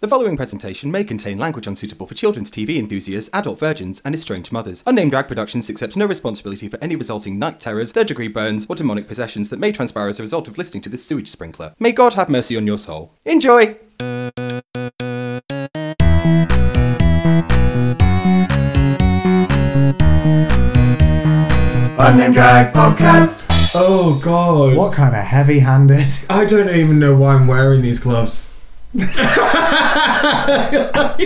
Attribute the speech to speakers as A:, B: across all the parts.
A: The following presentation may contain language unsuitable for children's TV enthusiasts, adult virgins, and estranged mothers. Unnamed Drag Productions accepts no responsibility for any resulting night terrors, third degree burns, or demonic possessions that may transpire as a result of listening to this sewage sprinkler. May God have mercy on your soul. Enjoy!
B: Unnamed Drag Podcast.
C: Oh god.
D: What kind of heavy handed?
C: I don't even know why I'm wearing these gloves.
D: I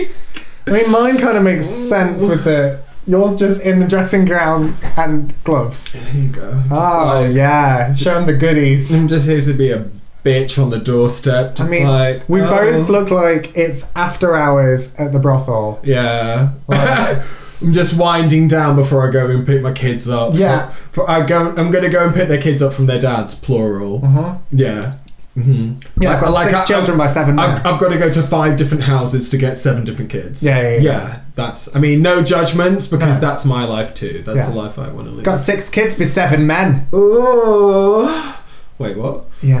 D: mean, mine kind of makes sense with the. Yours just in the dressing gown and gloves.
C: There you go. Just
D: Oh,
C: like-
D: yeah. Show 'em the goodies.
C: I'm just here to be a bitch on the doorstep.
D: I
C: Just
D: mean,
C: like,
D: we
C: oh,
D: both look like it's after hours at the brothel.
C: Yeah. I'm just winding down before I go and pick my kids up.
D: Yeah.
C: For, I go. I'm gonna go and pick their kids up from their dads, plural.
D: Uh-huh.
C: Yeah. hmm
D: Yeah, I've got six children by seven
C: I've,
D: now.
C: I've got to go to five different houses to get seven different kids.
D: Yeah, yeah, yeah.
C: that's. I mean, no judgments because
D: No.
C: that's my life too. That's
D: Yeah.
C: the life I want to live.
D: Got six kids with seven men.
C: Ooh. Wait, what?
D: Yeah,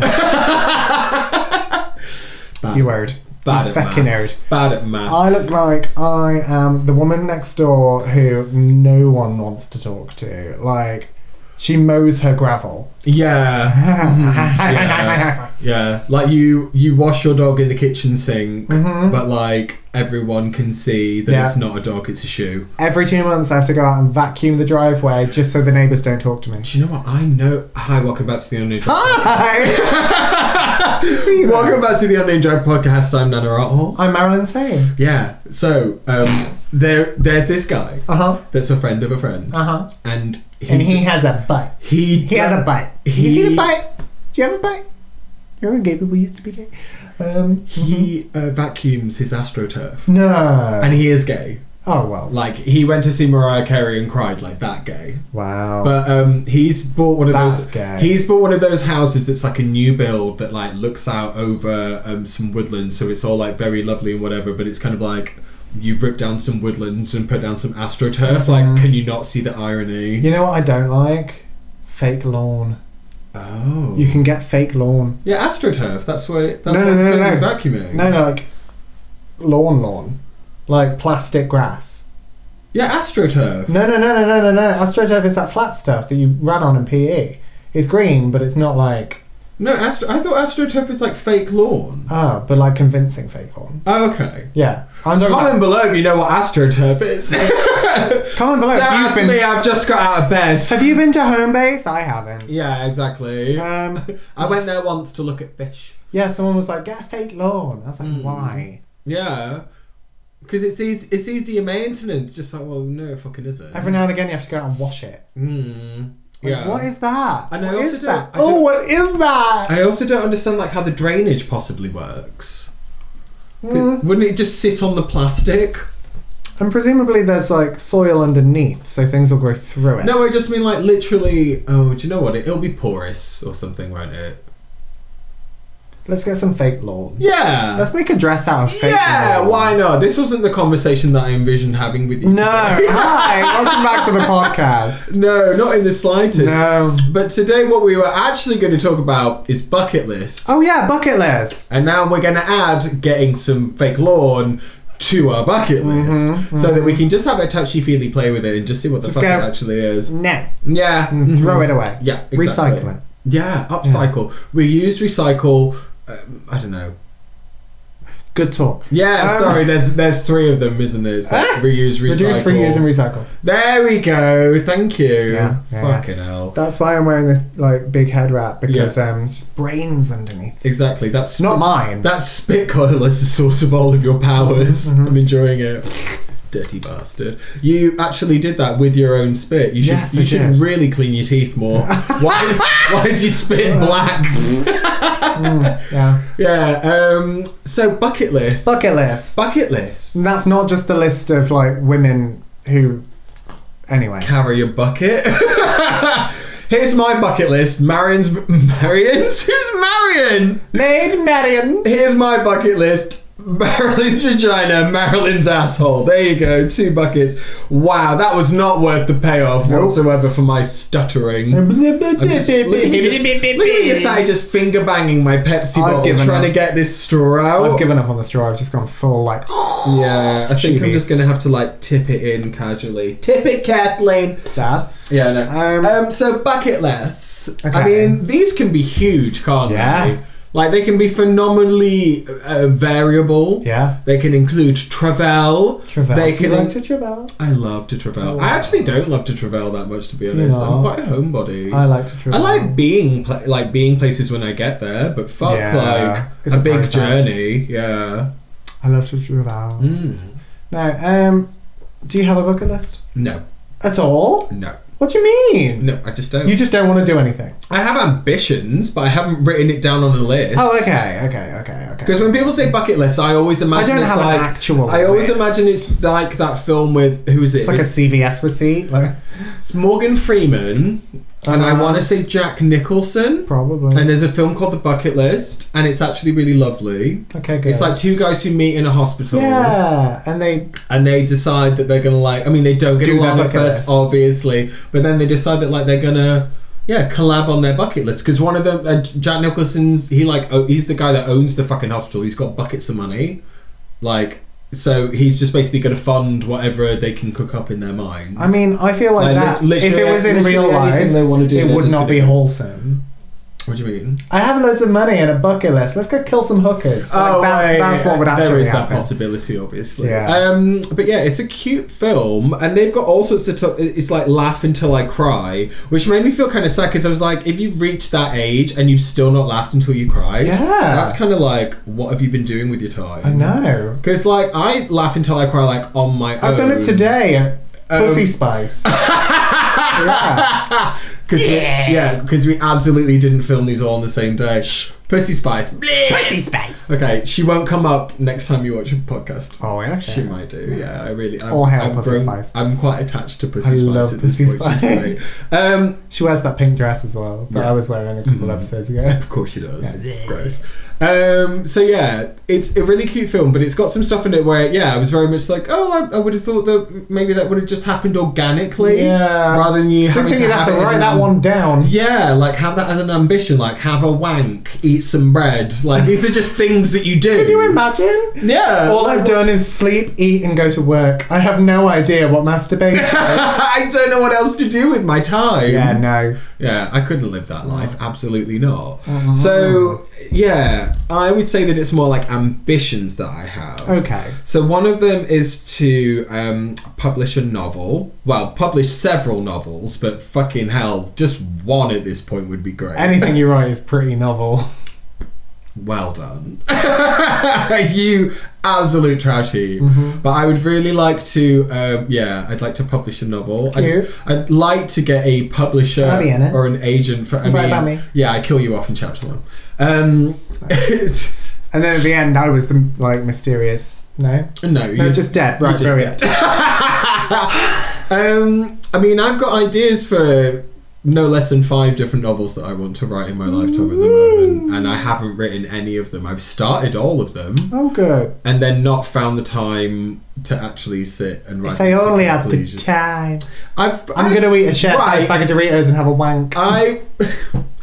C: Bad,
D: you worried.
C: Bad
D: you
C: at
D: fucking Uh,
C: maths. Bad at maths.
D: I look like I am the woman next door who no one wants to talk to. Like, she mows her gravel.
C: yeah. Yeah. yeah. Like you, you wash your dog in the kitchen sink,
D: Mhm.
C: but like everyone can see that
D: Yeah.
C: it's not a dog, it's a shoe.
D: Every two months, I have to go out and vacuum the driveway just so the neighbours don't talk to me.
C: Do you know what? I know. Hi, welcome back to the Unnamed Drag
D: Ah! Hi!
C: Podcast. welcome back to the Unnamed Drag Podcast. I'm Nana Rothall.
D: I'm Marilyn Spain.
C: Yeah. So um, there, there's this guy
D: Uh huh.
C: that's a friend of a friend,
D: Uh huh.
C: and he,
D: And he has a butt.
C: he
D: He has a butt.
C: he-
D: you see the butt? Do you have a butt? You know when gay people used to be gay? Um,
C: He uh, vacuums his astroturf,
D: no.
C: and he is gay.
D: oh, well.
C: Like he went to see Mariah Carey and cried like that gay.
D: Wow.
C: But um, he's bought one of those.
D: That's gay.
C: He's bought one of those houses that's like a new build that like looks out over um, some woodlands, so it's all like very lovely and whatever. But it's kind of like you rip down some woodlands and put down some astroturf.
D: Mm.
C: Like, can you not see the irony?
D: you know what I don't like? Fake lawn.
C: Oh.
D: You can get fake lawn.
C: Yeah, astroturf. That's what. That's
D: No,
C: what
D: no,
C: I'm
D: no,
C: saying
D: no.
C: he's vacuuming.
D: No, no, like lawn, lawn. Like plastic grass.
C: Yeah, astroturf.
D: No, no, no, no, no, no, no. AstroTurf is that flat stuff that you ran on in PE. It's green, but it's not like
C: No, astro. I thought astroturf is like fake lawn.
D: ah, but like convincing fake lawn.
C: Oh, okay.
D: Yeah, I'm talking
C: Comment
D: about.
C: below if you know what astroturf is.
D: Comment below. Have
C: Don't ask
D: you,
C: me,
D: been,
C: I've just got out of bed.
D: have you been to home base? I haven't.
C: Yeah, exactly.
D: Um,
C: I went there once to look at fish.
D: yeah, someone was like, get a fake lawn. I was like,
C: Mm.
D: why?
C: Yeah. Because it's easy, it's easier maintenance. Just like, well, no, it fucking isn't.
D: Every now and again, you have to go out and wash it.
C: Mm.
D: Like,
C: Yeah.
D: What is that?
C: And I
D: What
C: also
D: is
C: don't-
D: that?
C: I
D: Oh,
C: don't-
D: what is that?
C: I also don't understand like how the drainage possibly works.
D: Mm.
C: Wouldn't it just sit on the plastic?
D: And presumably, there's like soil underneath, so things will grow through it.
C: No, I just mean like literally. Oh, do you know what? It, it'll be porous or something, won't it?
D: Let's get some fake lawn.
C: Yeah.
D: Let's make a dress out of fake
C: yeah.
D: lawn.
C: Why not? This wasn't the conversation that I envisioned having with you.
D: No.
C: today.
D: Hi. Welcome back to the podcast.
C: No, not in the slightest.
D: No.
C: But today, what we were actually going to talk about is bucket lists.
D: Oh yeah, bucket list.
C: And now we're going to add getting some fake lawn to our bucket list,
D: Mhm,
C: so that we can just have a touchy feely play with it and just see what the
D: Just
C: fuck
D: go-
C: it actually is.
D: No.
C: Yeah.
D: Mm, Throw
C: mhm.
D: it away.
C: Yeah. Exactly.
D: Recycle it.
C: Yeah. Upcycle. We use recycle. Um, I don't know.
D: Good talk.
C: Yeah,
D: Um,
C: sorry. There's there's three of them, isn't there? It's like
D: Ah.
C: reuse, recycle.
D: Reduce, reuse, and recycle.
C: There we go. Thank you.
D: Yeah, yeah.
C: Fucking hell.
D: That's why I'm wearing this like big head wrap because
C: Yeah.
D: um, it's just brains underneath.
C: Exactly. That's
D: It's not mine.
C: That spit coil is the source of all of your powers.
D: Mhm.
C: I'm enjoying it. Dirty bastard. You actually did that with your own spit. You should
D: Yes,
C: you
D: I
C: should
D: did.
C: really clean your teeth more. why, why is your spit black?
D: Mm, yeah.
C: yeah, um so bucket list.
D: Bucket list.
C: Bucket list.
D: And that's not just the list of like women who. Anyway.
C: Carry a bucket. Here's my bucket list. Marion's Marion's who's Marion?
D: Maid Marion.
C: Here's my bucket list. Marilyn's vagina, Marilyn's asshole. There you go, two buckets. Wow, that was not worth the payoff
D: Nope.
C: whatsoever for my stuttering. I'm just- Look at me just- look at me just I just finger banging my Pepsi
D: I've
C: bottle,
D: given
C: trying
D: up.
C: to get this straw out.
D: I've given up on the straw. I've just gone full like.
C: Yeah, I think
D: She
C: I'm just
D: beast.
C: gonna have to like tip it in casually. Tip it, Kathleen.
D: Dad.
C: Yeah, no.
D: Um,
C: Um, so bucket lists. I
D: Okay.
C: mean, these can be huge, can't
D: Yeah.
C: they? Like they can be phenomenally uh, variable.
D: Yeah.
C: They can include travel.
D: Travel.
C: They
D: Do
C: can.
D: you like to travel?
C: I love to travel.
D: Oh.
C: I actually don't love to travel that much, to be
D: Do you
C: honest. I'm
D: not?
C: quite a homebody.
D: I like to travel.
C: I like being pla- like being places when I get there, but fuck
D: Yeah.
C: like
D: It's
C: a
D: a
C: big
D: process.
C: journey. Yeah.
D: I love to travel.
C: Mm.
D: No. Um. Do you have a bucket list
C: No,
D: at all?
C: no,
D: What do you mean?
C: no. I just don't.
D: You just don't want to do anything.
C: I have ambitions, but I haven't written it down on a list.
D: Oh, okay, okay, okay, okay.
C: Because when people say bucket list, I always imagine
D: don't
C: it's
D: have an
C: like
D: actual
C: I always
D: list.
C: imagine it's like that film with who is it?
D: it's like a
C: It's,
D: CVS receipt, like
C: it's Morgan Freeman, and I
D: Uh-huh.
C: want to say Jack Nicholson.
D: probably.
C: And there's a film called The Bucket List, and it's actually really lovely.
D: okay, good.
C: It's like two guys who meet in a hospital,
D: yeah, and they
C: and they decide that they're gonna like. I mean, they don't get
D: Do their
C: along at
D: bucket
C: first,
D: lists.
C: obviously, but then they decide that like they're gonna. Yeah, collab on their bucket list because one of them, uh, Jack Nicholson's, he like oh, he's the guy that owns the fucking hospital. He's got buckets of money, like so he's just basically going to fund whatever they can cook up in their minds.
D: I mean, I feel like,
C: Like,
D: that.
C: li-
D: If it
C: literally-
D: was in real
C: literally anything
D: life,
C: they wanna do,
D: it
C: they're
D: would
C: just
D: not be
C: gonna do.
D: wholesome.
C: what do you mean?
D: I have loads of money and a bucket list. Let's go kill some hookers. Like, that's,
C: Oh, right,
D: that's what would actually
C: there is that
D: happen.
C: possibility, obviously.
D: Yeah.
C: Um, but yeah, it's a cute film, and they've got all sorts of. T- it's like laugh until I cry, which made me feel kind of sad because I was like, if you've reached that age and you've still not laughed until you cried,
D: Yeah.
C: that's kind of like, what have you been doing with your time?
D: I know.
C: Because like I laugh until I cry like on my own.
D: I've done it today. at
C: Um,
D: Pussy Spice. yeah.
C: Cause we- yeah, because we absolutely didn't film these all on the same day. Shh. Pussy Spice. Pussy Spice. Okay, she won't come up next time you watch a podcast.
D: Oh, yeah.
C: She might do, yeah. I really. I'm,
D: All hail
C: I'm
D: Pussy
C: grown-
D: Spice.
C: I'm quite attached to Pussy
D: I
C: Spice
D: love
C: at this
D: Pussy
C: point. She's
D: Spice.
C: great. Um,
D: She wears that pink dress as well that
C: Yeah. Mm-hmm.
D: I was wearing a couple episodes ago.
C: of course she does. Gross. Um, so yeah, it's a really cute film, but it's got some stuff in it where yeah, I was very much like, oh, I, I would have thought that maybe that would have just happened organically,
D: Yeah.
C: rather than you
D: Don't
C: having
D: think you'd have to
C: it as
D: write
C: an-
D: that one down.
C: Yeah, like have that as an ambition, like have a wank, eat some bread. Like these are just things that you do.
D: Can you imagine?
C: Yeah.
D: All I've done is sleep, eat, and go to work. I have no idea what masturbation is.
C: I don't know what else to do with my time.
D: yeah, no.
C: Yeah, I couldn't live that life. Absolutely not. So, yeah, I would say that it's more like ambitions that I have.
D: Okay.
C: So one of them is to um, publish a novel. Well, publish several novels, but fucking hell, just one at this point would be great.
D: Anything you write is pretty novel.
C: well done. you absolute trashy.
D: Mm-hmm.
C: But I would really like to, um, yeah, I'd like to publish a novel. I'd,
D: Cute.
C: I'd like to get a publisher
D: I'll be in it.
C: or an agent for. I
D: Right
C: mean,
D: by me.
C: yeah, I kill you off in chapter one. Um,
D: And then at the end, I was the like mysterious. No,
C: no, you
D: no, just dead. Right,
C: just
D: brilliant.
C: um, I mean, I've got ideas for no less than five different novels that I want to write in my lifetime at the moment, and I haven't written any of them. I've started all of them,
D: Oh, good.
C: and then not found the time to actually sit and write.
D: If
C: them
D: I
C: to
D: only had the
C: conclusion.
D: time,
C: I've,
D: I'm gonna eat a chef's
C: Right.
D: bag of Doritos and have a wank.
C: I.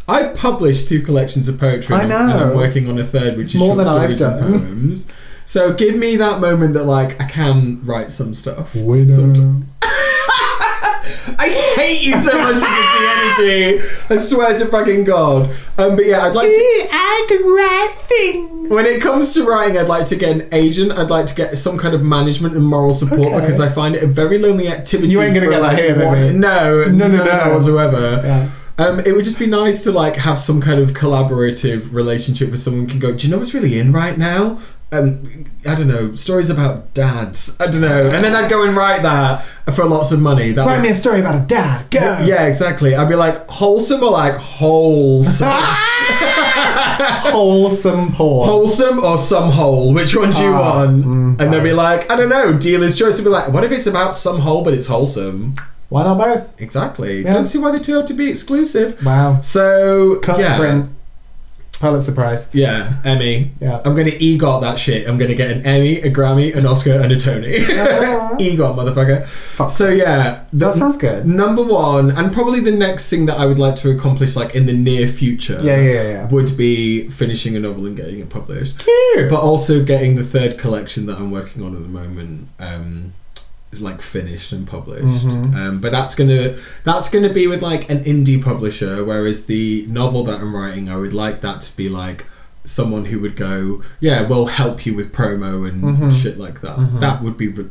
C: I published two collections of poetry.
D: I
C: and I'm- And I'm
D: know.
C: working on a third, which is
D: More
C: short
D: than I've
C: stories and
D: done.
C: poems. So give me that moment that like I can write some stuff. Sometime.
D: Widow.
C: I hate you so much with the energy. I swear to fucking god. Um, but yeah, I'd like to.
D: I can write things.
C: When it comes to writing, I'd like to get an agent. I'd like to get some kind of management and moral support
D: Okay.
C: because I find it a very lonely activity.
D: You ain't gonna
C: for,
D: get that
C: like,
D: here,
C: one-
D: baby.
C: No,
D: No, no,
C: none of
D: no.
C: that whatsoever.
D: Yeah.
C: Um, it would just be nice to like have some kind of collaborative relationship where someone can go, "Do you know what's really in right now?" Um, I don't know stories about dads. I don't know, and then I'd go and write that for lots of money. That
D: Write
C: would-
D: me a story about a dad. Go.
C: Yeah, exactly. I'd be like wholesome or like wholesome.
D: Wholesome porn.
C: wholesome or some hole. Which one do you
D: Ah,
C: want?
D: mm,
C: and they'd be
D: fine.
C: like, I don't know, dealer's choice. I'd be like, what if it's about some hole but it's wholesome?
D: Why not both?
C: Exactly.
D: Yeah.
C: Don't see why they two have to be exclusive.
D: Wow.
C: So
D: Cut
C: yeah,
D: print. Pulitzer Prize.
C: Yeah, Emmy.
D: Yeah.
C: I'm gonna EGOT that shit. I'm gonna get an Emmy, a Grammy, an Oscar, and a Tony.
D: Yeah.
C: EGOT, motherfucker.
D: Fuck.
C: So yeah, the-
D: That sounds good.
C: Number one, and probably the next thing that I would like to accomplish, like in the near future,
D: Yeah, yeah, yeah, yeah.
C: would be finishing a novel and getting it published.
D: Cute.
C: But also getting the third collection that I'm working on at the moment, um, like finished and published.
D: Mhm.
C: Um, but that's gonna that's gonna be with like an indie publisher. Whereas the novel that I'm writing, I would like that to be like someone who would go, yeah, we'll help you with promo and
D: Mhm.
C: shit like that. That would be r-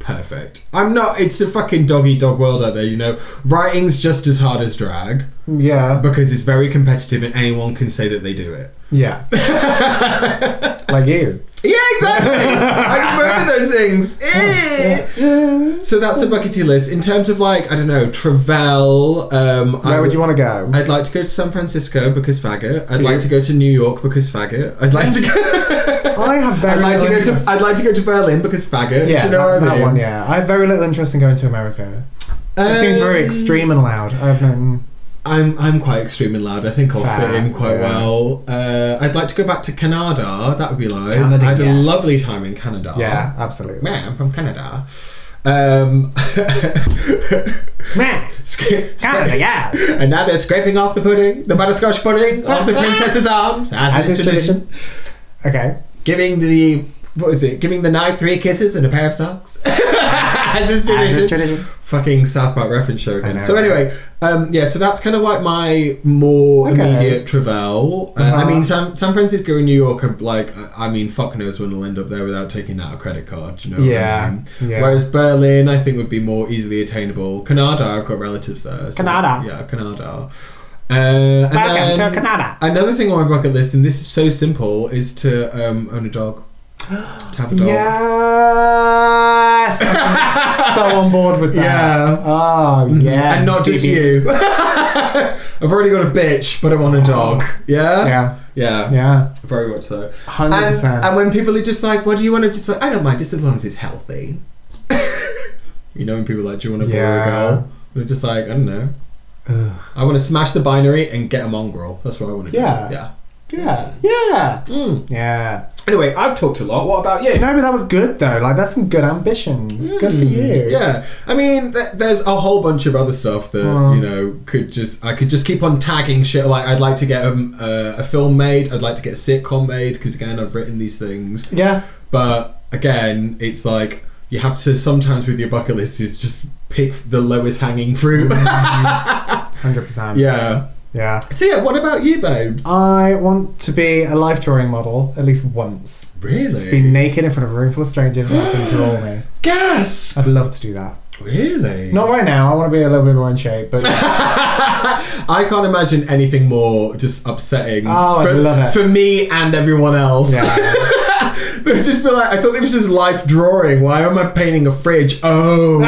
C: perfect. I'm not. It's a fucking doggy dog world out there, you know. Writing's just as hard as drag
D: yeah,
C: because it's very competitive and anyone can say that they do it.
D: yeah. like you.
C: Yeah, exactly. I remember those things. Eh.
D: Yeah.
C: So that's a bucket list. In terms of like, I don't know, travel. Um, I
D: Where would you want to go?
C: I'd like to go to San Francisco because faggot. I'd like to go to New York because faggot. I'd like to go.
D: I have very
C: I'd
D: little
C: like to go to.
D: interest.
C: I'd like to go to Berlin because faggot.
D: yeah,
C: Do you know
D: that,
C: what I
D: that
C: mean?
D: one. Yeah, I have very little interest in going to America. It seems very
C: Um,
D: extreme and loud. I've been,
C: I'm I'm quite extreme and loud. I think I'll
D: Fair,
C: fit in quite
D: yeah.
C: well. Uh, I'd like to go back to Canada. That would be nice.
D: Canada,
C: I had a
D: yes.
C: lovely time in Canada.
D: yeah, absolutely.
C: Meh, I'm from Canada. Um,
D: Meh.
C: Scra-
D: Canada,
C: scra-
D: yeah.
C: And now they're scraping off the pudding, the butterscotch pudding, off the princess's arms, as,
D: As
C: is
D: is
C: tradition.
D: Okay.
C: Giving the what is it? Giving the knight three kisses and a pair of socks, as is
D: As
C: tradition.
D: is tradition.
C: Fucking South Park reference show again.
D: know,
C: so
D: right?
C: anyway, um, yeah. So that's kind of like my more
D: Okay.
C: immediate travel. Uh, I
D: Uh-huh.
C: mean, San, San Francisco and New York are like, I I mean, fuck knows when I'll end up there without taking out a credit card. You know what I
D: Yeah,
C: mean?
D: yeah.
C: Whereas Berlin, I think, would be more easily attainable. Canada, I've got relatives there. So
D: Canada.
C: Yeah, Canada. Uh, and
D: Welcome
C: then-
D: to Canada.
C: Another thing on my bucket list, and this is so simple, is to um, own a dog. To have a dog.
D: Yes. I'm so on board with that.
C: Yeah. Mm-hmm.
D: Oh yeah.
C: and not just
D: baby.
C: you. I've already got a bitch, but I want a dog. Yeah?
D: Yeah.
C: Yeah.
D: Yeah.
C: Very much so.
D: Hundred
C: And, and
D: percent.
C: when people are just like, what do you want to just like, I don't mind, just as long as it's healthy. you know, when people are like, do you want to
D: Yeah.
C: boy or a girl? They're just like, I don't know.
D: Ugh.
C: I want to smash the binary and get a mongrel. That's what I want to
D: Yeah.
C: do. Yeah.
D: Yeah. Yeah.
C: Mm.
D: Yeah.
C: Anyway, I've talked a lot. What about you?
D: No, but that was good though. Like that's some good ambitions. Good for you.
C: Mm. Yeah, I mean, th- there's a whole bunch of other stuff that
D: Mm.
C: you know could just I could just keep on tagging shit. Like I'd like to get um, uh, a film made. I'd like to get a sitcom made because again I've written these things.
D: Yeah.
C: But again, it's like you have to sometimes with your bucket list is just pick the lowest hanging fruit.
D: Hundred percent.
C: yeah.
D: Yeah.
C: So yeah, what about you, babe?
D: I want to be a life drawing model at least once. Just be
C: Really?
D: naked in front of a room full of strangers and let them draw me.
C: Gas.
D: I'd love to do that.
C: Really?
D: Not right now. I want to be a little bit more in shape, but
C: I can't imagine anything more just upsetting
D: Oh, I
C: for,
D: love it.
C: for me and everyone else.
D: Yeah.
C: They would just be like, I thought it was just life drawing. Why am I painting a fridge? Oh.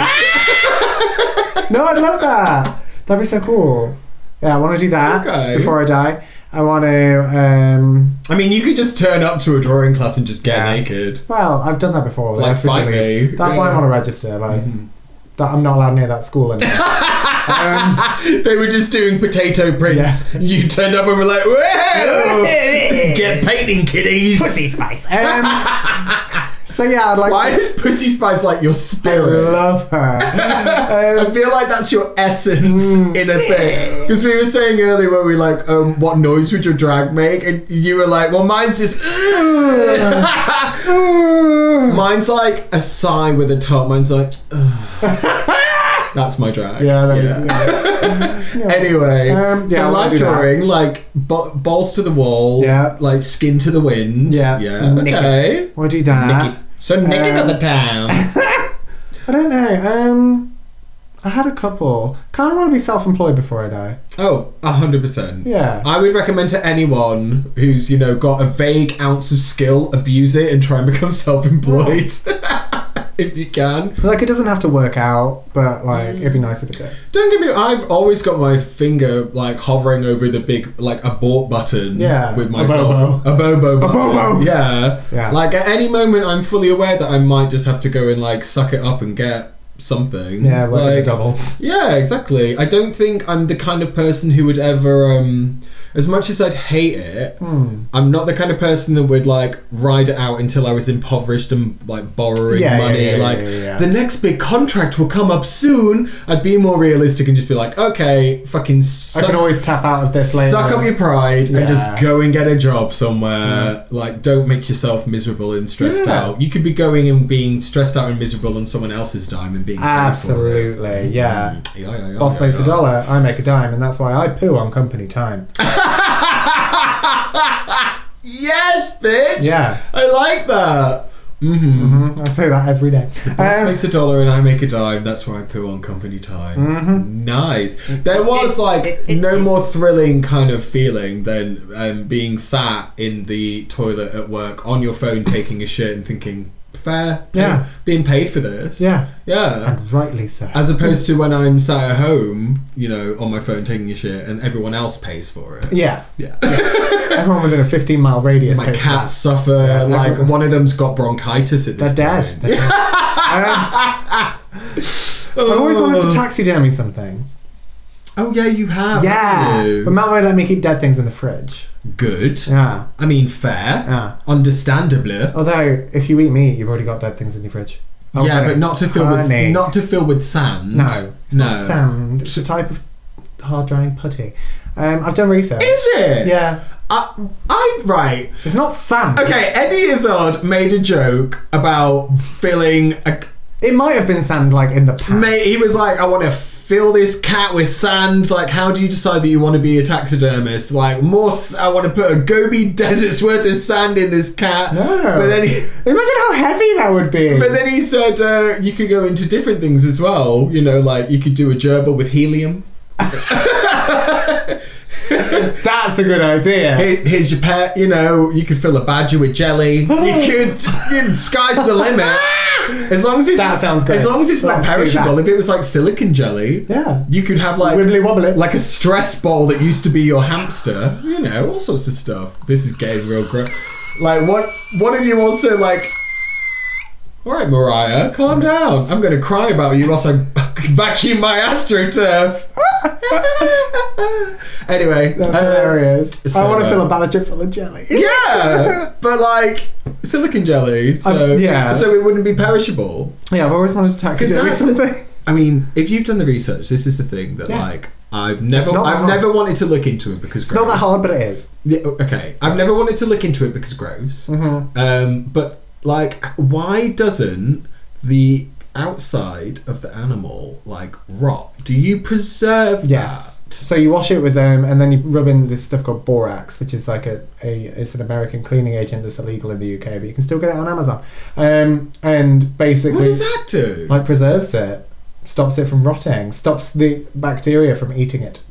D: no, I'd love that. That'd be so cool. Yeah, I want to do that
C: Okay.
D: before I die. I want to. Um,
C: I mean, you could just turn up to a drawing class and just get
D: Yeah.
C: naked.
D: well, I've done that before. but
C: Like, Mm-hmm.
D: that's
C: fight
D: literally-
C: me.
D: That's why I want to register. Like, that I'm not allowed near that school anymore. um,
C: they were just doing potato prints. You turned up and were like, whoa! get painting, kiddies!
D: pussy spice. Um, so yeah, I'd like.
C: Why
D: To,
C: is Pussy Spice like your
D: I
C: spirit?
D: love her.
C: I
D: Um,
C: feel like that's your essence
D: Mm.
C: in a thing. Because we were saying earlier where we like, um, what noise would your drag make? And you were like, well, mine's just.
D: Um,
C: mine's like a sigh with a top. Mine's like, that's my drag.
D: yeah, that is. yeah. Yeah.
C: Anyway,
D: Um, yeah, I
C: so
D: wanna
C: life
D: do that.
C: drawing, like bo- balls to the wall,
D: Yeah.
C: like skin to the wind.
D: Yeah.
C: yeah.
D: Nick it.
C: Okay.
D: I want to do that.
C: Nicky- So naked
D: Um,
C: on the town.
D: I don't know. Um, I had a couple. Kind of want to be self-employed before I die.
C: Oh, hundred percent.
D: Yeah.
C: I would recommend to anyone who's, you know, got a vague ounce of skill, abuse it and try and become self employed.
D: Mm.
C: if you can.
D: Like it doesn't have to work out, but like
C: Mm.
D: it'd be nice if it did.
C: Don't get me I've always got my finger like hovering over the big like abort button
D: Yeah,
C: with
D: a
C: myself. A bobo. button.
D: bobo.
C: Yeah.
D: Yeah.
C: Like at any moment I'm fully aware that I might just have to go and like suck it up and get something.
D: Yeah, working
C: like
D: the doubles.
C: Yeah, exactly. I don't think I'm the kind of person who would ever um as much as I'd hate it,
D: Hmm.
C: I'm not the kind of person that would like ride it out until I was impoverished and like borrowing
D: Yeah, yeah,
C: money.
D: yeah, yeah,
C: like
D: yeah, yeah.
C: the next big contract will come up soon. I'd be more realistic and just be like, okay, fucking
D: I
C: suck,
D: can always tap out of this later.
C: suck up your pride and just
D: Yeah. Mm.
C: go and get a job somewhere. Like, don't make yourself miserable and stressed
D: Yeah.
C: out. You could be going and being stressed out and miserable on someone else's dime and being paid for it.
D: Absolutely, yeah.
C: Mm, yeah, yeah, yeah,
D: Boss
C: yeah,
D: makes
C: yeah.
D: a dollar, I make a dime, and that's why I poo on company time.
C: yes, bitch.
D: Yeah.
C: I like that. Mm-hmm.
D: hmm I say that every day.
C: Boss
D: Um,
C: makes a dollar and I make a dime. That's where I poo on company time.
D: Mhm.
C: Nice. There was like no more thrilling kind of feeling than um, being sat in the toilet at work on your phone taking a shit and thinking, fair, pay-
D: Yeah.
C: being paid for this.
D: yeah,
C: Yeah.
D: and rightly so.
C: As opposed to when I'm sat at home, you know, on my phone taking a shit and everyone else pays for it.
D: yeah,
C: Yeah.
D: everyone within a 15 mile radius.
C: My
D: pays for
C: cats suffer.
D: Yeah,
C: like
D: everyone-
C: one of them's got bronchitis at
D: that.
C: this
D: They're dead.
C: point.
D: They're dead. Um, I always wanted to taxidermy something.
C: Oh yeah, you have. haven't
D: Yeah,
C: you?
D: but Matt won't let me keep dead things in the fridge.
C: Good.
D: Yeah,
C: I mean, fair.
D: yeah.
C: Understandably.
D: Although, if you eat meat, you've already got dead things in your fridge. Oh,
C: yeah,
D: no.
C: but not to fill
D: Honey.
C: with not to fill with sand.
D: No, it's
C: no.
D: not sand. It's a type of hard drying putty. Um, I've done research.
C: Is it?
D: Yeah,
C: I, I right.
D: it's not sand.
C: Okay. Eddie Izzard made a joke about filling a.
D: It might have been sand like in the past.
C: Mate, he was like, I want to fill this cat with sand. Like, how do you decide that you want to be a taxidermist? Like, more. s- I want to put a Gobi Desert's worth of sand in this cat.
D: No.
C: But then he.
D: Imagine how heavy that would be.
C: But then he said uh, you could go into different things as well. You know, like you could do a gerbil with helium. Here-
D: That's a good idea.
C: Here's your pet. You know, you could fill a badger with jelly. You
D: Oh.
C: could. You know, sky's the limit. As long as it's
D: That sounds great.
C: As long as it's not
D: Let's do that.
C: perishable. If it was like silicon jelly,
D: Yeah.
C: you could have like
D: Wibbly wobbly.
C: like a stress ball that used to be your hamster. You know, all sorts of stuff. This is getting real gross. Like, what? What have you also like? All right, Mariah, calm down. I'm gonna cry about you whilst I vacuum my astroturf. anyway,
D: That's
C: uh,
D: hilarious.
C: so,
D: I want to
C: uh,
D: fill a ballot chip full of jelly.
C: Yeah, but like silicon jelly, so
D: Um, yeah.
C: so it wouldn't be perishable.
D: yeah, I've always wanted to taxidermy
C: that's-
D: something.
C: I mean, if you've done the research, this is the thing that
D: Yeah.
C: like I've never,
D: not that
C: I've
D: hard.
C: never wanted to look into it because
D: It's not that hard, but it is.
C: Yeah, okay. I've never wanted to look into it because gross.
D: Mhm.
C: Um, but like, why doesn't the outside of the animal like rot? Do you preserve
D: Yes.
C: that?
D: So you wash it with them, and then you rub in this stuff called borax, which is like a, a it's an American cleaning agent that's illegal in the UK, but you can still get it on Amazon. Um, and basically,
C: What does that do?
D: like preserves it, stops it from rotting, stops the bacteria from eating it.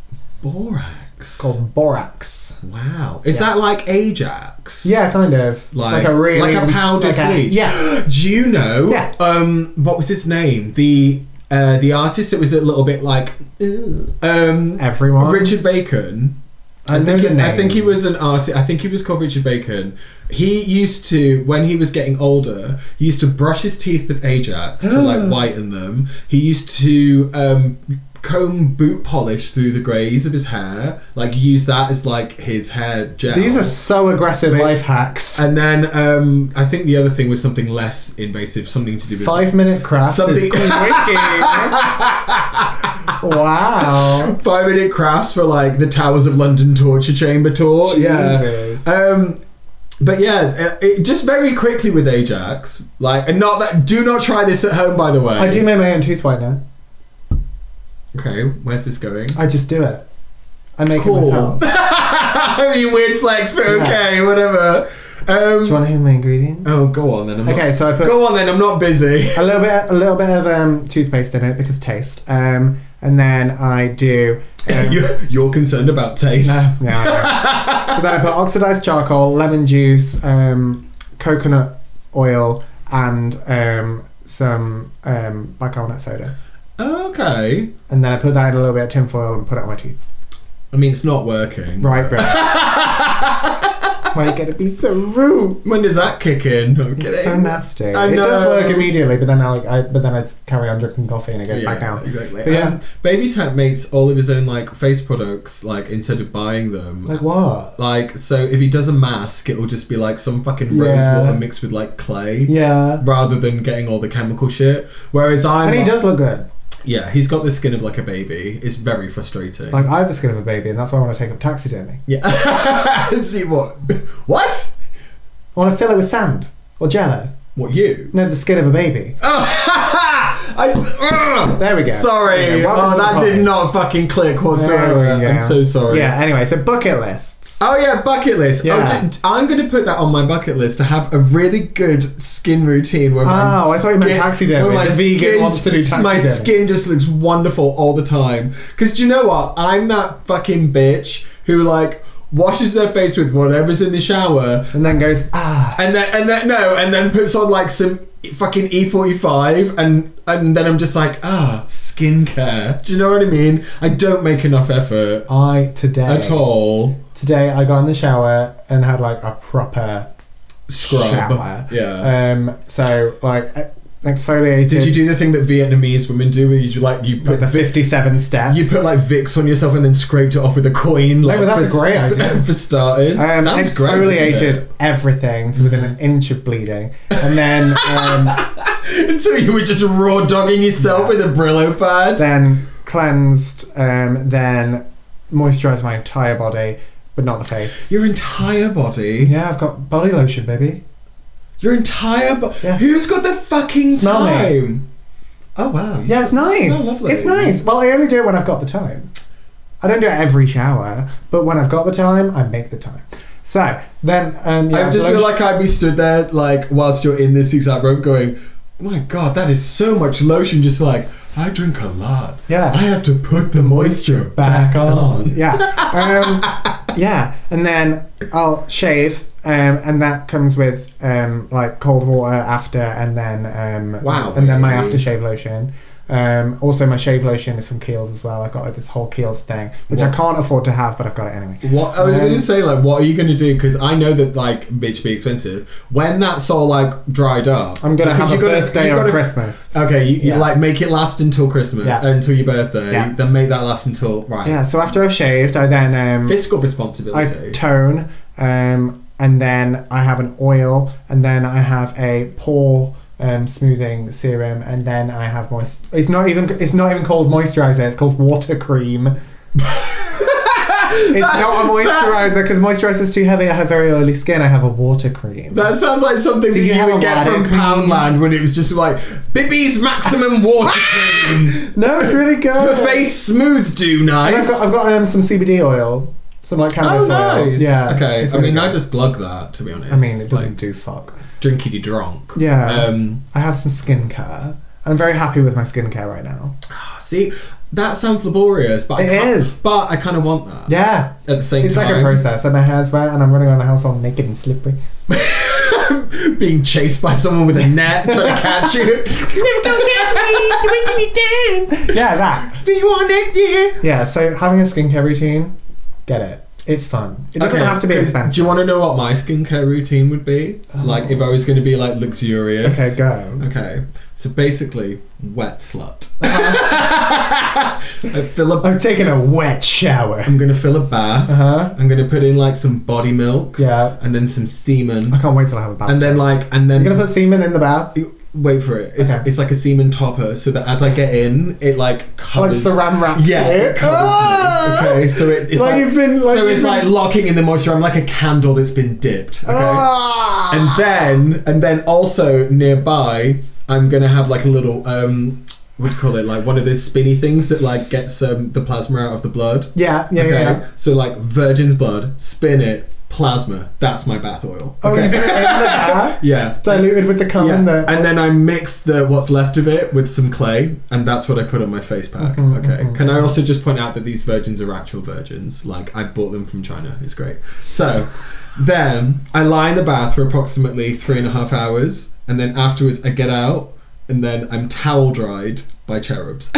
C: Borax.
D: Called borax.
C: Wow. Is
D: Yeah.
C: that like Ajax?
D: Yeah, kind of.
C: Like, like a powdered
D: like a-
C: bleach.
D: Yeah.
C: Do you know?
D: Yeah.
C: Um, what was his name? The uh, the artist that was a little bit like, "Ew." um,
D: Everyone.
C: Richard Bacon.
D: I,
C: I
D: know
C: think,
D: the
C: he, I think he
D: name.
C: was an artist. I think he was called Richard Bacon. He used to, when he was getting older, he used to brush his teeth with Ajax to
D: Ah.
C: like whiten them. He used to um, comb boot polish through the greys of his hair, like use that as like his hair gel.
D: These are so aggressive life hacks.
C: and then um, I think the other thing was something less invasive, something to do with
D: Five minute craft
C: Something-
D: is quickie. wow.
C: five minute crafts for like the Towers of London torture chamber tour.
D: Jesus.
C: Oh, Yeah. Um, but yeah, uh, it, just very quickly with Ajax, like, and not that. Do not try this at home, by the way.
D: I do make my own tooth whitener.
C: Okay, where's this going?
D: I just do it. I make it
C: Cool.
D: myself. Do
C: I mean, weird flex, but okay, whatever. Um,
D: you want to hear my ingredients?
C: oh, go on then. I'm
D: Okay,
C: not,
D: so I put
C: go on then. I'm not busy.
D: a little bit, a little bit of um, toothpaste in it because taste. Um, and then I do. Um,
C: you're, you're concerned about taste.
D: No, no, no. so then I put oxidized charcoal, lemon juice, um, coconut oil, and um, some um, bicarbonate soda.
C: Oh, Okay.
D: And then I put that in a little bit of tinfoil and put it on my teeth.
C: I mean, it's not working.
D: Right, right. Why are you gonna be so rude?
C: When does that kick in? No kidding.
D: It's so nasty.
C: I
D: It does
C: know.
D: work immediately, but then I like, I, but then I just carry on drinking coffee and it goes
C: Yeah,
D: back out.
C: exactly.
D: But yeah,
C: Um, Baby Tech makes all of his own like face products, like instead of buying them.
D: like what?
C: Like, so if he does a mask, it'll just be like some fucking rose
D: Yeah.
C: water mixed with like clay.
D: Yeah,
C: Rather than getting all the chemical shit. Whereas I'm
D: and he
C: like-
D: does look good.
C: Yeah, he's got the skin of like a baby. It's very frustrating.
D: Like I have the skin of a baby, and that's why I want to take up taxidermy.
C: yeah. And See what What?
D: I want to fill it with sand or jello.
C: What you?
D: No, the skin of a baby.
C: Oh, I, ugh.
D: There we go. There we
C: Sorry.
D: go. Welcome
C: Oh,
D: to the
C: that
D: party.
C: did not fucking click whatsoever.
D: There we go.
C: I'm so sorry.
D: Yeah. Anyway, so bucket lists.
C: Oh yeah, bucket list.
D: Yeah.
C: I'm, I'm going to put that on my bucket list to have a really good skin routine where my
D: Oh, I thought you meant
C: skin-
D: taxidermy.
C: where my
D: The vegan wants to do
C: My
D: taxidermy.
C: skin just looks wonderful all the time. Because do you know what? I'm that fucking bitch who like washes their face with whatever's in the shower
D: And then goes ah.
C: and then and then no and then puts on like some fucking E45 and and then I'm just like ah skincare. Do you know what I mean? I don't make enough effort
D: I today
C: at all.
D: today I got in the shower and had like a proper
C: Scrub.
D: shower.
C: Yeah.
D: Um. So like e- exfoliated.
C: Did you do the thing that Vietnamese women do, where you like you put
D: with the fifty-seven steps?
C: you put like Vicks on yourself and then scraped it off with a coin? Like
D: but that's a
C: for,
D: great idea.
C: for starters.
D: um,
C: Sounds great, doesn't Mm-hmm.
D: exfoliated everything to within an inch of bleeding, and then um,
C: it? so you were just raw dogging yourself with a Brillo pad.
D: then cleansed, um, then moisturised my entire body, but not the face.
C: Your entire body.
D: Yeah, I've got body lotion, baby.
C: Your entire body.
D: Yeah.
C: Who's got the fucking
D: Smell me.
C: time? Oh wow.
D: Yeah, it's nice.
C: Oh, lovely.
D: It's nice. Well, I only do it when I've got the time. I don't do it every shower, but when I've got the time, I make the time. So then, um, yeah,
C: I just feel
D: lotion-
C: like I'd be stood there, like, whilst you're in this exact room, going, "Oh "My God, that is so much lotion." Just like, I drink a lot.
D: Yeah.
C: I have to put the moisture back, on.
D: Yeah. Um, yeah. And then I'll shave, um, and that comes with um, like cold water after, and then um,
C: Wow,
D: and then my
C: really?
D: aftershave lotion. Um, also, my shave lotion is from Kiehl's as well. I've got like, this whole Kiehl's thing, which I
C: What?
D: can't afford to have, but I've got it anyway.
C: What I was
D: Um,
C: going to say, like, what are you going to do? Because I know that, like, bitch, be expensive. When that's all like dried up,
D: I'm gonna
C: because
D: have a
C: you gotta-
D: birthday
C: you
D: or
C: gotta-
D: Christmas.
C: Okay, you,
D: Yeah.
C: you like make it last until Christmas,
D: Yeah.
C: until your birthday.
D: Yeah.
C: Then make that last until right.
D: Yeah. So after I've shaved, I then um,
C: Fiscal
D: I
C: responsibility.
D: tone, um, and then I have an oil, and then I have a pore um, smoothing serum, and then I have moist. It's not even. It's not even called moisturizer. It's called water cream. It's not a moisturizer because moisturizer is too heavy. I have very oily skin. I have a water cream.
C: That sounds like something that
D: you
C: you,
D: have a
C: would get
D: ladder
C: from
D: cream?
C: Poundland when it was just like Bibby's maximum water cream
D: no, it's really
C: for
D: good.
C: face smooth do
D: And
C: nice.
D: I've got, I've got um, some CBD oil, some like
C: oh
D: cannabis oil.
C: nice.
D: Yeah.
C: Okay.
D: it's
C: I
D: really
C: mean, I
D: good.
C: just glug that to be honest.
D: I mean, it doesn't
C: like
D: do fuck.
C: drinkity drunk.
D: Yeah.
C: Um.
D: I have some skincare. I'm very happy with my skincare right now.
C: See, that sounds laborious, but I
D: It
C: can't-
D: is.
C: But I kind of want that.
D: Yeah.
C: At the same
D: It's
C: time,
D: like a process, and my hair's wet, and I'm running around the house all naked and slippery.
C: being chased by someone with a net trying to catch you.
D: Yeah, that.
C: Do you want it? Yeah.
D: Yeah, so having a skincare routine, get it. It's fun. It doesn't have to be
C: 'cause
D: expensive. Oh.
C: Do you want to know what my skincare routine would be? Like if I was going to be like luxurious.
D: Okay, go.
C: Okay. So basically, wet slut.
D: Uh-huh.
C: I fill a,
D: I'm taking a wet shower.
C: I'm going to fill a bath.
D: Uh-huh.
C: I'm going to put in like some body milk.
D: Yeah.
C: And then some semen.
D: I can't wait till I have a bath.
C: And then like and then
D: You're gonna put semen in the bath?
C: wait for it. It's,
D: Okay.
C: it's like a semen topper, so that as I get in, it like
D: Like
C: covers.
D: saran wrap?
C: yeah. it covers me.
D: Ah!
C: Okay. So it, it's
D: Like
C: like,
D: you've been- like
C: so
D: you've
C: it's
D: been-
C: like locking in the moisture. I'm like a candle that's been dipped. Okay.
D: Ah!
C: and then and then also nearby i'm gonna have like a little um what do you call it like one of those spinny things that like gets um, the plasma out of the blood
D: yeah, yeah,
C: okay
D: yeah.
C: so like virgin's blood spin it plasma that's my bath oil
D: Oh,
C: okay
D: you put it in the bath?
C: yeah
D: Diluted with the cum
C: yeah,
D: in the.
C: and then I mix the what's left of it with some clay, and that's what I put on my face pack. okay. Can I also just point out that these virgins are actual virgins? Like I bought them from China. It's great. So, then I lie in the bath for approximately three and a half hours, and then afterwards I get out, and then I'm towel dried by cherubs.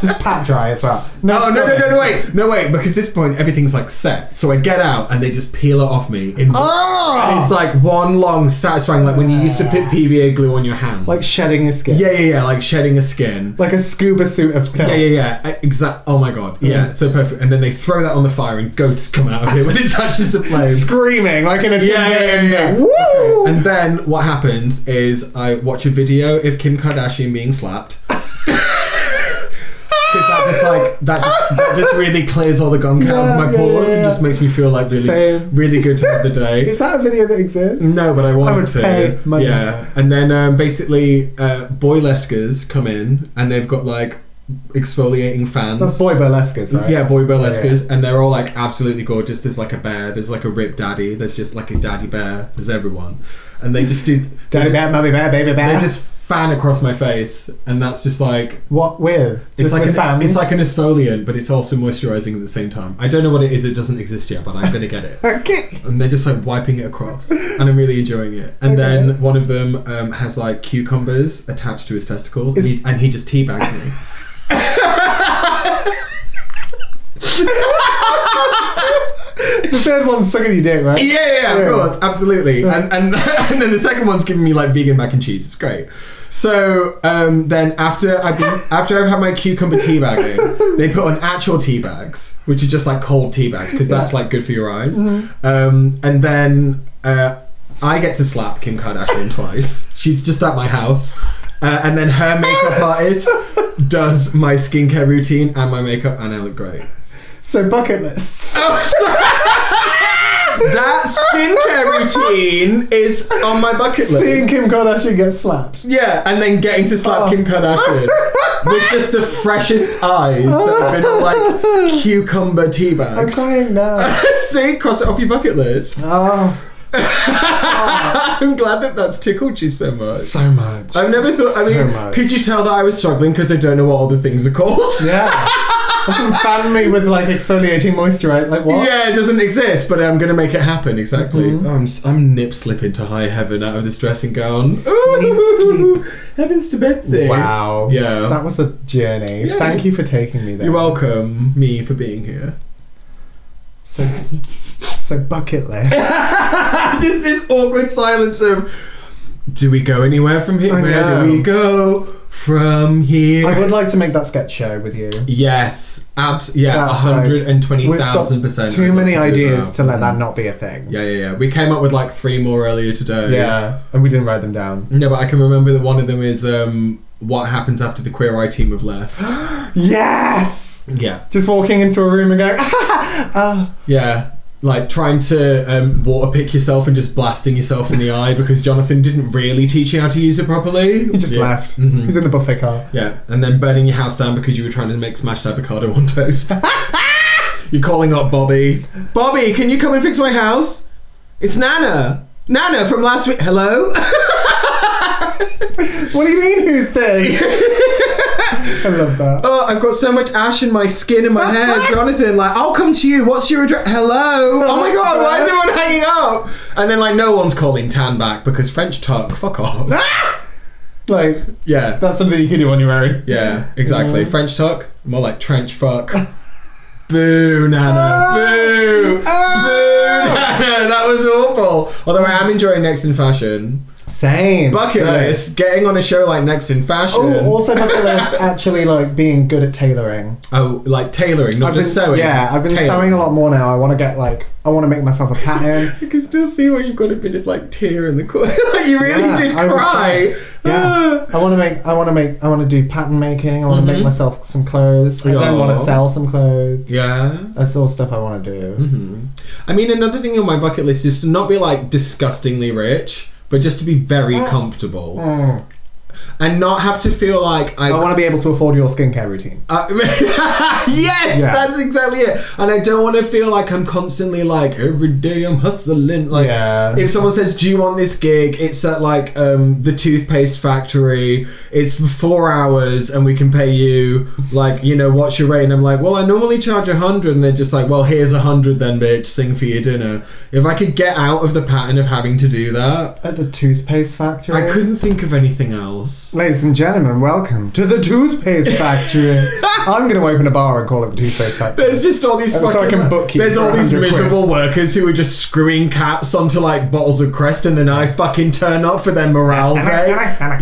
D: Just pat dry as well.
C: Oh no no
D: sorry.
C: no no wait no wait because at this point everything's like set so I get out and they just peel it off me in
D: Oh!
C: and it's like one long satisfying like when you used to put PVA glue on your hands
D: Like shedding your skin.
C: yeah yeah yeah like shedding a skin
D: Like a scuba suit of film.
C: yeah yeah yeah exact oh my god yeah so perfect and then they throw that on the fire and ghosts come out of it when it touches the flame
D: Screaming like in a tin
C: Yeah, yeah,
D: can.
C: yeah, yeah.
D: Woo!
C: And then what happens is I watch a video of Kim Kardashian being slapped. 'Cause that just like that just, that just really clears all the gunk out of
D: Yeah,
C: my
D: yeah,
C: pores
D: yeah,
C: and
D: yeah.
C: just makes me feel like really
D: Same.
C: really good to have the day.
D: Is that a video that exists?
C: No, but I want
D: would
C: to.
D: pay money.
C: Yeah, and then um, basically uh, boyleskers come in and they've got like exfoliating fans.
D: That's boy burlesquers, right?
C: Yeah, boy burlesquers,
D: Yeah,
C: and they're all like absolutely gorgeous. There's like a bear, there's like a rip daddy, there's just like a daddy bear, there's everyone, and they just do. they
D: Daddy
C: just,
D: bear, mummy bear, baby
C: They
D: bear.
C: just fan across my face, and that's just like
D: what with?
C: it's
D: Just
C: like
D: with
C: an,
D: fans?
C: it's like an exfoliant, but it's also moisturizing at the same time. I don't know what it is; it doesn't exist yet, but I'm gonna get it.
D: Okay.
C: And they're just like wiping it across, and I'm really enjoying it. And then one of them um, has like cucumbers attached to his testicles, and
D: Is-
C: he, and he just teabags me.
D: The third one's sucking your dick, right?
C: Yeah, yeah,
D: Yeah.
C: of course, absolutely.
D: Yeah.
C: And, and and then the second one's giving me like vegan mac and cheese. It's great. So um, then after I've been, after I've had my cucumber tea bagging, they put on actual tea bags, which are just like cold tea bags because that's like good for your eyes.
D: Mm-hmm.
C: Um, and then uh, I get to slap Kim Kardashian twice. She's just at my house. Uh, and then her makeup artist does my skincare routine and my makeup, and I look great.
D: So bucket lists.
C: Oh, sorry. that skincare routine is on my bucket list.
D: Seeing Kim Kardashian get slapped.
C: Yeah, and then getting to slap
D: Oh.
C: Kim Kardashian with just the freshest eyes that have been like cucumber tea
D: I'm
C: bags.
D: crying now.
C: See, cross it off your bucket list.
D: oh,
C: I'm glad that that's tickled you so much.
D: so much.
C: I've never thought. I mean,
D: much.
C: could you tell that I was struggling because I don't know what all the things are called?
D: Yeah. Fucking fan me with like exfoliating moisturizer. Like what?
C: Yeah, it doesn't exist, but I'm gonna make it happen. Exactly.
D: Mm-hmm.
C: Oh, I'm s- I'm nip slipping to high heaven out of this dressing gown. Ooh, heavens to Betsy.
D: Wow.
C: Yeah.
D: That was a journey.
C: Yeah.
D: Thank you for taking me there.
C: You're welcome, me, for being here.
D: So, so bucket list.
C: Just this awkward silence of, do we go anywhere from here?
D: I
C: Where
D: know.
C: do we go from here?
D: I would like to make that sketch show with you.
C: yes, abs. Yeah,
D: That's like-
C: hundred and twenty
D: We've got
C: thousand percent.
D: Too
C: I'd
D: many
C: love to do
D: ideas
C: that.
D: to let that not be a thing.
C: Yeah, yeah, yeah. We came up with like three more earlier today.
D: Yeah, and we didn't write them down.
C: No, but I can remember that one of them is um, what happens after the queer eye team have left.
D: Yes!
C: yeah.
D: Just walking into a room and going, oh,
C: Yeah. Like trying to um, water pick yourself and just blasting yourself in the eye because Jonathan didn't really teach you how to use it properly.
D: he just
C: yeah.
D: left.
C: Mhm.
D: He's in the buffet car.
C: Yeah, and then burning your house down because you were trying to make smashed avocado on toast. You're calling up Bobby. Bobby, can you come and fix my house? It's Nana. Nana from last week. Hello?
D: What do you mean, who's this? I love that.
C: Oh, I've got so much ash in my skin and my hair, Jonathan. Like, I'll come to you. What's your address? Hello. Oh my god, why is everyone hanging up? And then like, no one's calling Tan back because French tuck. Fuck off.
D: Like,
C: yeah,
D: that's something you can do on your own.
C: yeah, exactly. French tuck, more like trench fuck. Boo, Nana. Boo. Boo, Nana. That was awful. Although I am enjoying Next in Fashion.
D: Same.
C: Bucket
D: Yeah.
C: list. Getting on a show like Next in Fashion.
D: Oh, also bucket list actually like being good at tailoring.
C: Oh, like tailoring, not
D: I've been
C: just sewing.
D: Yeah, I've been
C: Tailoring.
D: sewing a lot more now. I want to get like I want to make myself a pattern.
C: I can still see where you've got a bit of like tear in the corner. like you really
D: Yeah,
C: did
D: I was
C: cry.
D: Yeah,
C: Ah.
D: I want to make I want to make I want to do pattern making. I want to
C: Mhm.
D: make myself some clothes. I then
C: Yeah.
D: want to sell some clothes.
C: yeah.
D: That's all stuff I want to do.
C: hmm I mean, another thing on my bucket list is to not be like disgustingly rich, but just to be very comfortable
D: Mm.
C: and not have to feel like I.
D: I want to be able to afford your skincare routine.
C: Uh, yes,
D: Yeah.
C: that's exactly it. And I don't want to feel like I'm constantly like every day I'm hustling. Like
D: Yeah.
C: if someone says, "Do you want this gig?" It's at like um, the toothpaste factory. It's for four hours, and we can pay you like you know what's your rate? And I'm like, "Well, I normally charge a hundred, and they're just like, "Well, here's a hundred then, bitch. Sing for your dinner." If I could get out of the pattern of having to do that,
D: At the toothpaste factory.
C: I couldn't think of anything else. ourselves.
D: Ladies and gentlemen, welcome to the Toothpaste Factory. I'm going to open a bar and call it the Toothpaste Factory.
C: There's just all these
D: And so I
C: fucking.
D: can book you
C: there's
D: for
C: all these
D: 100 quid.
C: miserable workers who are just screwing caps onto like bottles of Crest, and then I fucking turn up for their morale day.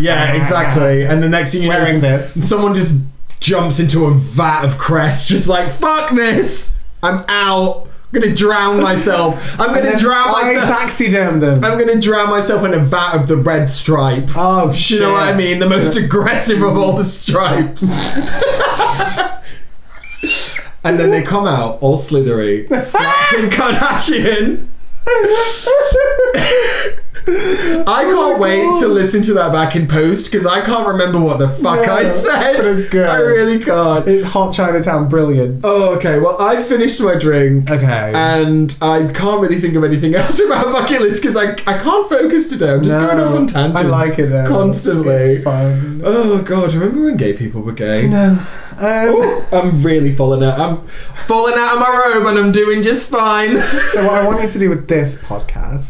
C: yeah, exactly. And the next thing you
D: Wearing
C: know,
D: this.
C: someone just jumps into a vat of Crest, just like fuck this. I'm out. I'm gonna drown myself. I'm
D: And
C: gonna
D: then
C: drown
D: I
C: myself. Oh,
D: taxiderm them.
C: I'm gonna drown myself in a vat of the red stripe.
D: oh,
C: You
D: shit.
C: know what I mean? The most aggressive of all the stripes. and then they come out all slithery, slapping Kardashian. I
D: Oh
C: can't wait to listen to that back in post because I can't remember what the fuck
D: No,
C: I said.
D: but it's good.
C: I really can't.
D: It's Hot Chinatown brilliant. Uh,
C: Oh, okay. Well, I finished my drink.
D: Okay.
C: And I can't really think of anything else about bucket list because I, I can't focus today. I'm just
D: No,
C: going off on tangents.
D: I like it though.
C: Constantly.
D: It's fun.
C: Oh god, remember when gay people were gay?
D: No.
C: Ooh,
D: Um,
C: I'm really falling out. I'm falling out of my robe and I'm doing just fine.
D: so what I want you to do with this podcast,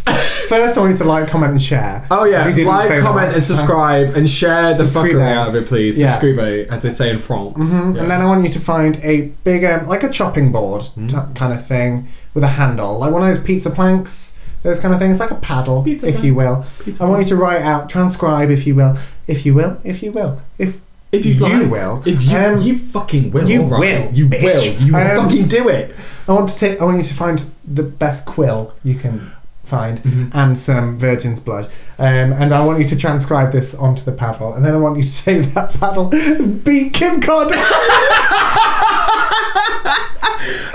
D: first I want you to like, comment, and share.
C: Oh yeah,
D: We didn't say
C: like,
D: that.
C: comment, and subscribe, and share the
D: Subscribe.
C: fuckery out of it, please.
D: Yeah.
C: Subscribe, eh, as they say in France.
D: Mhm,
C: Yeah.
D: And then I want you to find a big, um, like a chopping board
C: Hmm.
D: t- kind of thing with a handle, like one of those pizza planks, those kind of things, like a paddle,
C: Pizza
D: if
C: plank.
D: you will.
C: Pizza
D: I want you to write out, transcribe, if you will, if you will, if you will, if
C: if you,
D: you
C: like,
D: will.
C: if you
D: Um,
C: you fucking will,
D: you
C: all right.
D: will,
C: you
D: bitch.
C: will, you
D: Um,
C: fucking do it.
D: I want to take. I want you to find the best quill you can find
C: Mm-hmm.
D: and some virgin's blood. Um, and I want you to transcribe this onto the paddle, and then I want you to take that paddle and beat Kim Kardashian.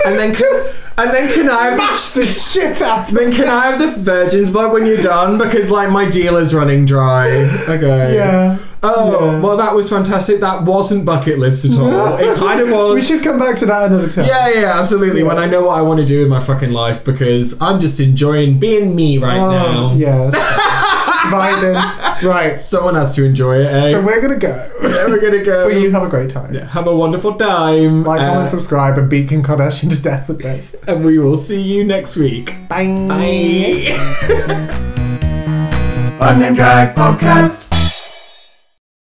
C: And then can, and then can I
D: Bash the shit out of
C: Then can I have the virgin's blood when you're done? Because like my dealer's running dry. Okay.
D: Yeah.
C: Oh
D: Yeah.
C: well, that was fantastic. That wasn't bucket list at all. It kind of was.
D: We should come back to that another time.
C: Yeah, yeah, yeah, absolutely. When I know what I want to do with my fucking life, because I'm just enjoying being me right now.
D: Oh, yeah. Vibing. Right.
C: Someone has to enjoy it. Eh?
D: So we're gonna go.
C: yeah, we're gonna go.
D: But you have a great time.
C: Yeah, have a wonderful time.
D: Like,
C: uh,
D: comment, subscribe, and beat Kim Kardashian to death with this.
C: and we will see you next week.
D: Bye.
C: Bye.
B: Unnamed Drag Podcast.